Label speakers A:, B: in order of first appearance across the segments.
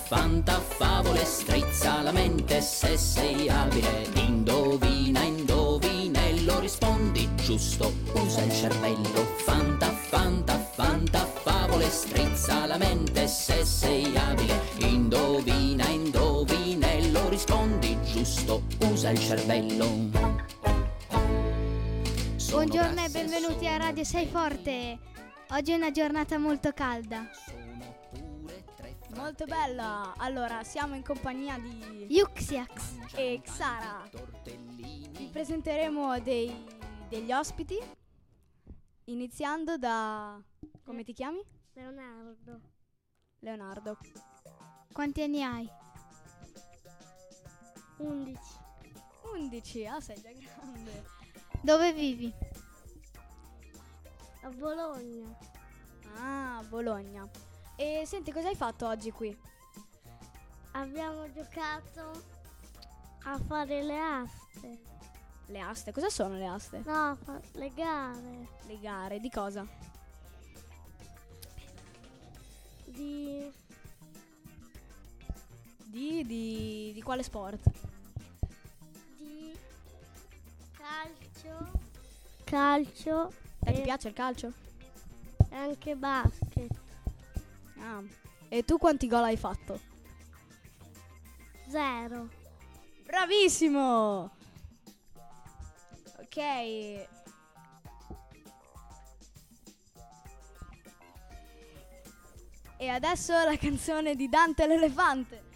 A: Fantafavole strizza la mente se sei abile. Indovina, indovinello, rispondi giusto, usa il cervello. Fanta, fanta, fantafavole strizza la mente se sei abile. Indovina, indovinello, rispondi giusto, usa il cervello. Sono
B: Buongiorno e
A: gas
B: benvenuti a Radio 6 Forte. Oggi è una giornata molto calda.
A: Sono pure tre fratelli.
C: Molto bella! Allora, siamo in compagnia di...
B: Yuxiax.
C: e Xara. Vi
A: Tortellini.
C: presenteremo dei- degli ospiti, iniziando da... come ti chiami?
B: Leonardo.
C: Leonardo.
B: Quanti anni hai? 11.
C: 11, ah sei già grande.
B: Dove vivi?
D: A Bologna.
C: Ah, Bologna. E senti, cosa hai fatto oggi qui?
D: Abbiamo giocato a fare le aste.
C: Le aste, cosa sono le aste?
D: No, a fa- le gare
C: Le gare, di cosa?
D: di
C: Di, di, di quale sport?
D: di calcio, calcio
C: Te ti
D: Eh.
C: piace il calcio?
D: e anche basket.
C: Ah. E tu quanti gol hai fatto?
D: Zero.
C: Bravissimo! Ok. E adesso la canzone di Dante l'elefante.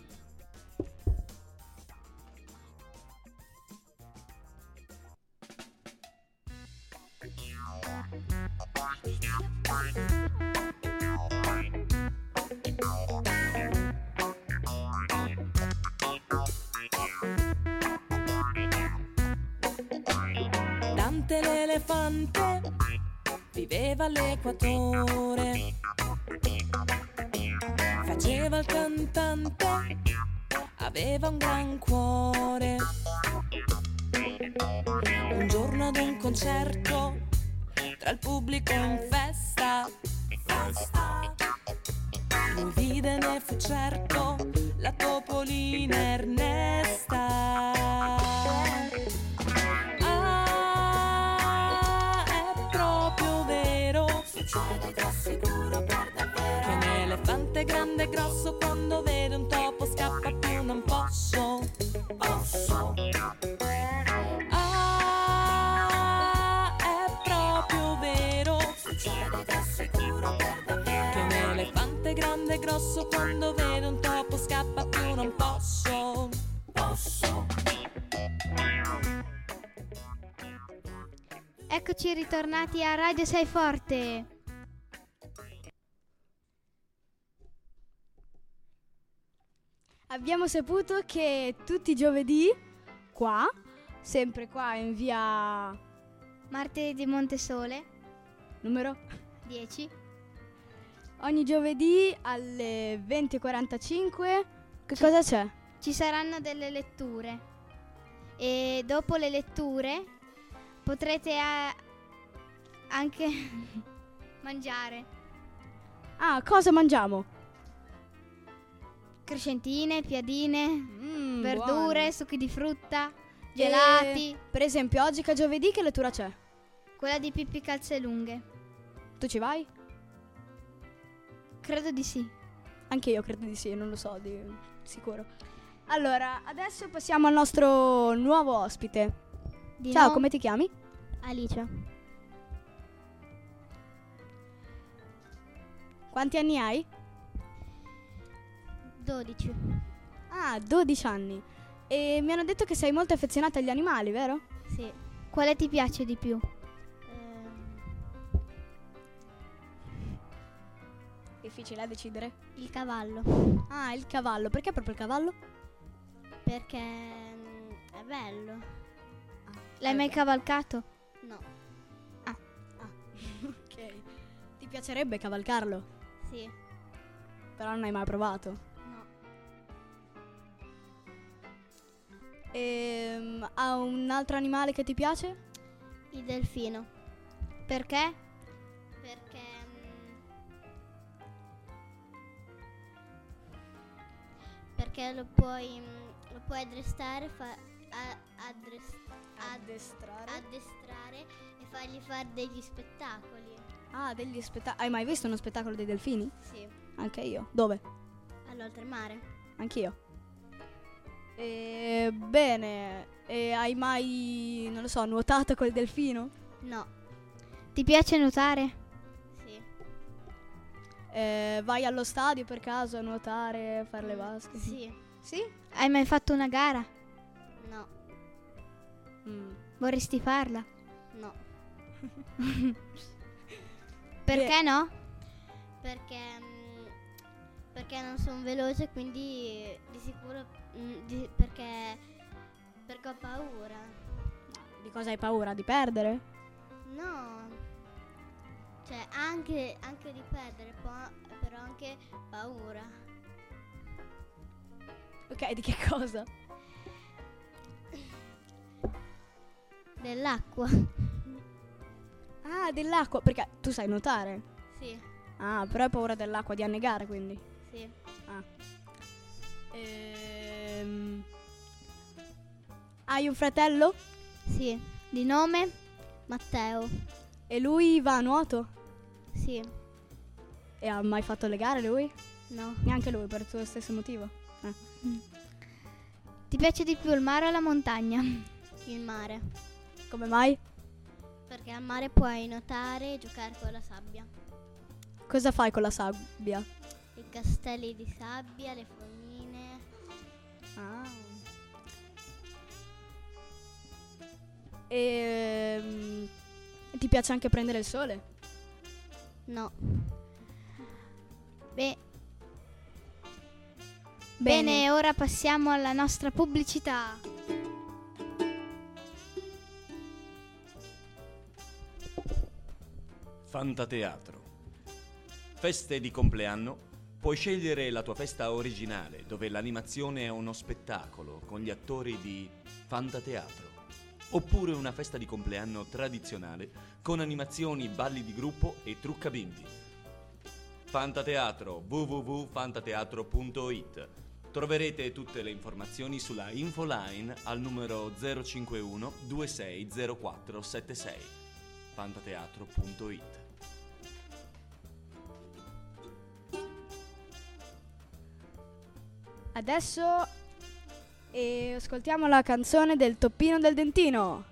E: Dante l'elefante viveva all'equatore. Faceva il cantante, aveva un gran cuore. Un giorno ad un concerto, tra il pubblico in festa, festa. Lui vide ne fu certo la topolina Ernesta. Ah, è proprio vero. Succede, ti assicuro, per davvero. Che un elefante grande e grosso, quando vede un topo, scappa più non posso. Posso. Ah, è proprio vero. Succede, ti assicuro, per davvero. Che un elefante grande e grosso, quando vede un topo, scappa più non posso. Posso.
B: Eccoci ritornati a Radio 6 Forte.
C: Abbiamo saputo che tutti i giovedì, qua, sempre qua in via
B: Martedì Montesole
C: numero
B: 10.
C: Ogni giovedì alle 20.45. Che cosa c'è?
B: Ci saranno delle letture. E dopo le letture potrete eh, anche mangiare
C: Ah, cosa mangiamo?
B: crescentine, piadine,
C: Mm,
B: verdure,
C: buone.
B: succhi di frutta,
C: E,
B: gelati.
C: per esempio, oggi che è giovedì che lettura c'è?
B: Quella di Pippi Calze Lunghe.
C: Tu ci vai?
B: Credo di sì.
C: Anche io credo di sì, non lo so, di sicuro. Allora, adesso passiamo al nostro nuovo ospite.
B: Di
C: Ciao,
B: no-
C: come ti chiami?
B: Alice.
C: Quanti anni hai?
B: 12.
C: Ah, 12 anni. E mi hanno detto che sei molto affezionata agli animali, vero?
B: Sì. Quale ti piace di più?
D: Eh,
C: Difficile a decidere.
D: Il cavallo.
C: Ah, il cavallo. Perché proprio il cavallo?
D: Perché mm, è bello.
B: L'hai
C: Ah,
B: mai cavalcato?
D: No.
C: Ok. Ti piacerebbe cavalcarlo,
D: Sì.
C: però non hai mai provato.
D: No.
C: Ehm, ha un altro animale che ti piace?
D: Il delfino.
B: Perché?
D: Perché mm, perché lo puoi, mm, lo puoi addestrare, fa- a- addres- ad-
C: Addestrare.
D: addestrare e fargli fare degli spettacoli.
C: Ah, degli spettacoli. Hai mai visto uno spettacolo dei delfini?
D: Sì,
C: Anche io. Dove?
D: all'oltremare.
C: Anch'io. E, bene. E hai mai, non lo so, nuotato col delfino?
D: No,
B: Ti piace nuotare?
D: sì.
C: Eh, vai allo stadio per caso a nuotare, fare le vasche?
D: Sì,
C: Mm, Sì?
B: Hai mai fatto una gara?
D: no,
C: Mm.
B: Vorresti farla?
D: no.
B: Perché no?
D: Perché, mm, perché non sono veloce, quindi eh, di sicuro mm, di- perché, perché ho paura.
C: Di cosa hai paura? Di perdere?
D: No, cioè anche, anche di perdere, po- però anche paura.
C: Ok, di che cosa?
D: Dell'acqua,
C: Ah, dell'acqua, perché tu sai nuotare.
D: sì,
C: Ah, però hai paura dell'acqua, di annegare quindi.
D: sì.
C: Ehm... Hai un fratello?
D: Sì,
B: Di nome?
D: Matteo,
C: E lui va a nuoto?
D: sì,
C: E ha mai fatto le gare lui?
D: no,
C: Neanche lui, per il tuo stesso motivo.
B: Ti piace di più il mare o la montagna?
D: il mare.
C: Come mai?
D: Perché al mare puoi nuotare e giocare con la sabbia.
C: Cosa fai con la sabbia?
D: I castelli di sabbia, le fognine.
C: Ah. Ehm... Ti piace anche prendere il sole?
D: No,
B: Beh. Bene.
C: Bene,
B: ora passiamo alla nostra pubblicità.
F: Fantateatro. Feste di compleanno. Puoi scegliere la tua festa originale, dove l'animazione è uno spettacolo con gli attori di Fantateatro. Oppure una festa di compleanno tradizionale con animazioni, balli di gruppo e trucca bimbi. Fantateatro www.fantateatro.it Troverete tutte le informazioni sulla infoline al numero 051 260476 fantateatro.it
C: Adesso eh, ascoltiamo la canzone del Toppino del Dentino.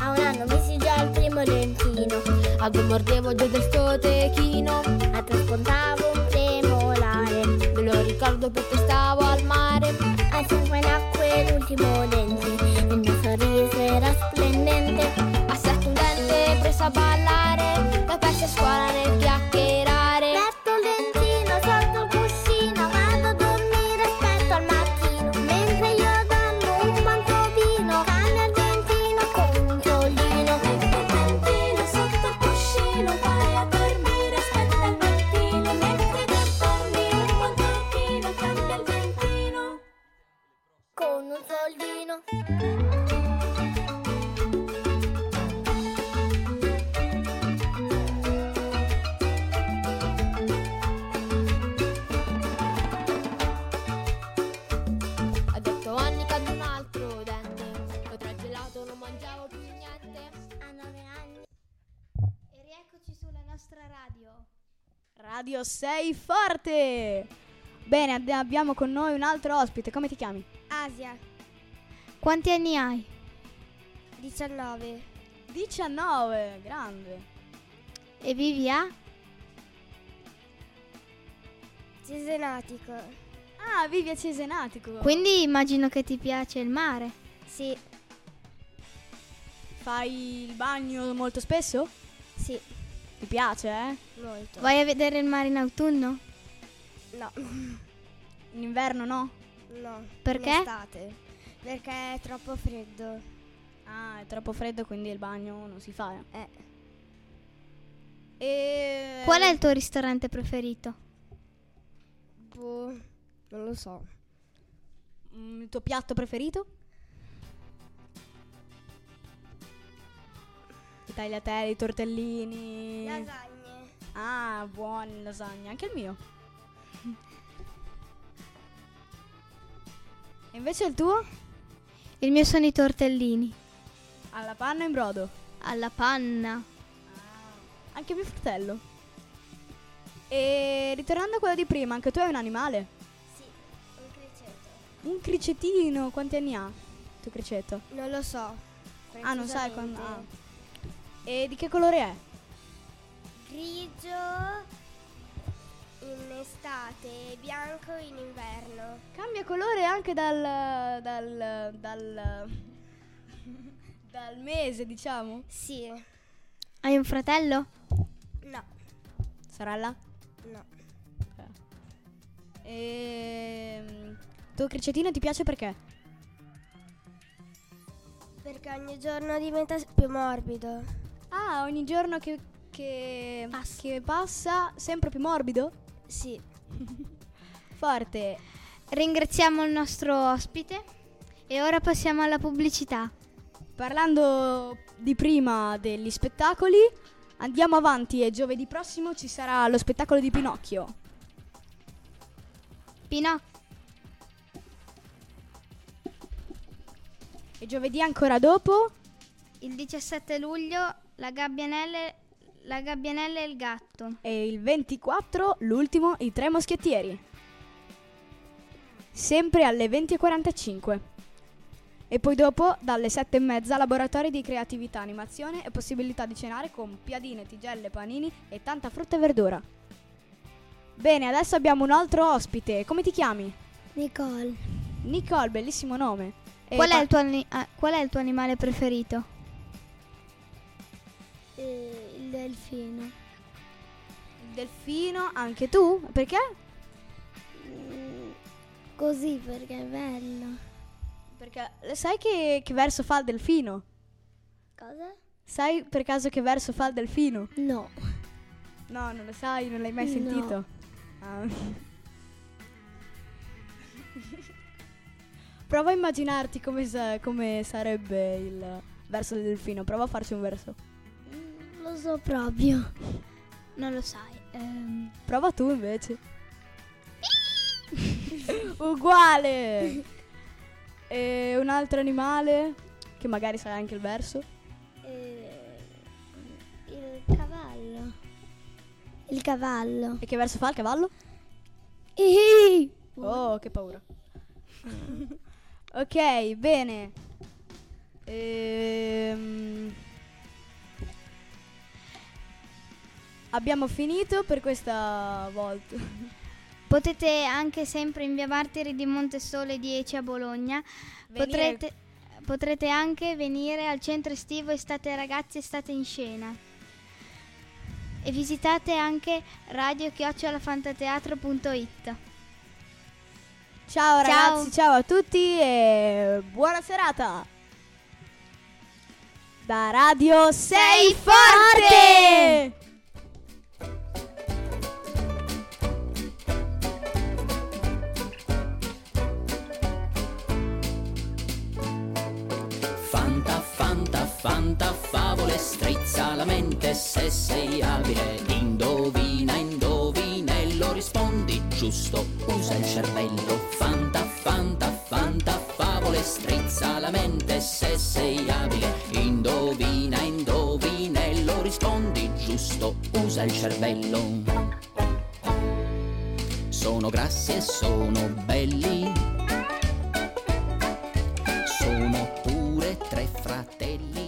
G: A un anno mi si già il primo dentino. A due mordevo già del sto techino. A tre spuntavo un premolare. Me lo ricordo perché stavo al mare.
H: A sangue nacque l'ultimo dente, il mio sorriso era splendente.
G: A sette un dente preso a ballare. Poi persi a scuola nel chiacchierare.
H: Metto un dentino sotto il cuscino, vado a dormire, aspetto al mattino. Mentre io danno un bancovino, cambia il dentino con un tollino. Metto il dentino sotto il cuscino, vai a dormire, aspetta al mattino. Mentre io dormi un bancovino, cambia il dentino con un soldino.
G: A detto anni cade un altro dente. Io tra gelato non mangiavo più niente.
H: A nove anni
B: E rieccoci sulla nostra radio.
C: Radio 6 Forte! Bene, ad- abbiamo con noi un altro ospite. Come ti chiami?
B: Asia. Quanti anni hai?
H: 19.
C: 19, grande.
B: E vivi a?
H: Cesenatico.
C: Ah, vivi a Cesenatico.
B: Quindi immagino che ti piace il mare.
H: Sì,
C: Fai il bagno molto spesso?
H: sì,
C: Ti piace, eh?
H: molto.
B: Vai a vedere il mare in autunno?
H: No,
C: In inverno no?
H: no.
B: Perché?
H: In estate.
I: Perché è troppo freddo.
C: Ah, è troppo freddo quindi il bagno non si fa.
I: Eh.
H: Eh.
I: E...
B: Qual è il tuo ristorante preferito?
I: Boh, non lo so.
C: Mm, il tuo piatto preferito? I tagliatelle, i tortellini.
I: Lasagne.
C: Ah, buoni lasagne, anche il mio. e invece il tuo?
B: Il mio sono i tortellini.
C: Alla panna in brodo.
B: Alla panna.
C: Anche mio fratello. E ritornando a quello di prima, anche tu hai un animale?
I: Sì, un criceto.
C: Un cricetino, quanti anni ha? Il tuo criceto.
I: Non lo so.
C: Ah, non sai quando.
I: precisamente.
C: ah. E di che colore è?
I: Grigio in estate e bianco in inverno.
C: Cambia colore anche dal. dal. dal. dal mese, diciamo.
I: Sì.
B: Hai un fratello?
I: No,
C: Sorella?
I: no.
C: Ehm. Tuo cricetino ti piace perché?
I: Perché ogni giorno diventa s- più morbido.
C: Ah, ogni giorno che. che. che passa sempre più morbido?
I: Sì.
C: Forte.
B: Ringraziamo il nostro ospite e ora passiamo alla pubblicità.
C: Parlando di prima degli spettacoli, andiamo avanti e giovedì prossimo ci sarà lo spettacolo di Pinocchio.
B: Pinocchio,
C: E giovedì ancora dopo
B: il 17 luglio, la gabbianella, la gabbianella e il gatto.
C: e il 24, l'ultimo, i tre moschettieri. Sempre alle 20.45. E poi dopo, dalle 7.30, laboratorio di creatività, animazione e possibilità di cenare con piadine, tigelle, panini e tanta frutta e verdura. Bene, adesso abbiamo un altro ospite. Come ti chiami?
B: Nicole.
C: Nicole, bellissimo nome. E
B: Qual è,
C: par-
B: il tuo ani- ah, qual è il tuo animale preferito?
D: il delfino.
C: Il delfino, anche tu? Perché?
D: Così perché è bello.
C: Perché sai che, che verso fa il delfino?
D: Cosa?
C: Sai per caso che verso fa il delfino?
D: No.
C: No, non lo sai, non l'hai mai
D: No.
C: sentito. Ah. Prova a immaginarti come, sa- come sarebbe il verso del delfino. Prova a farci un verso.
I: Mm.
D: Lo so proprio.
B: Non lo sai. Ehm,
C: Prova tu invece. Uguale. E un altro animale che magari sarà anche il verso.
D: il cavallo. Il cavallo.
C: E che verso fa il cavallo? Oh, che paura. Eh. ok, bene. Ehm, Abbiamo finito per questa volta.
B: Potete anche sempre in via Martiri di Montesole 10 a Bologna.
C: Venire-
B: Potrete, potrete anche venire al centro estivo Estate Ragazzi Estate in Scena. E visitate anche radiochiocciolafantateatro.it.
C: Ciao
B: Ciao.
C: ragazzi, ciao a tutti e buona serata. Da Radio Sei Forte!
A: Fanta, fanta, fanta, favole, strizza la mente se sei abile. Indovina, indovina e lo rispondi giusto. Usa il cervello. Fanta, fanta, fanta, favole, strizza la mente se sei abile. Indovina, indovina e lo rispondi giusto. Usa il cervello. Sono grassi e sono belli sono pure tre fratelli.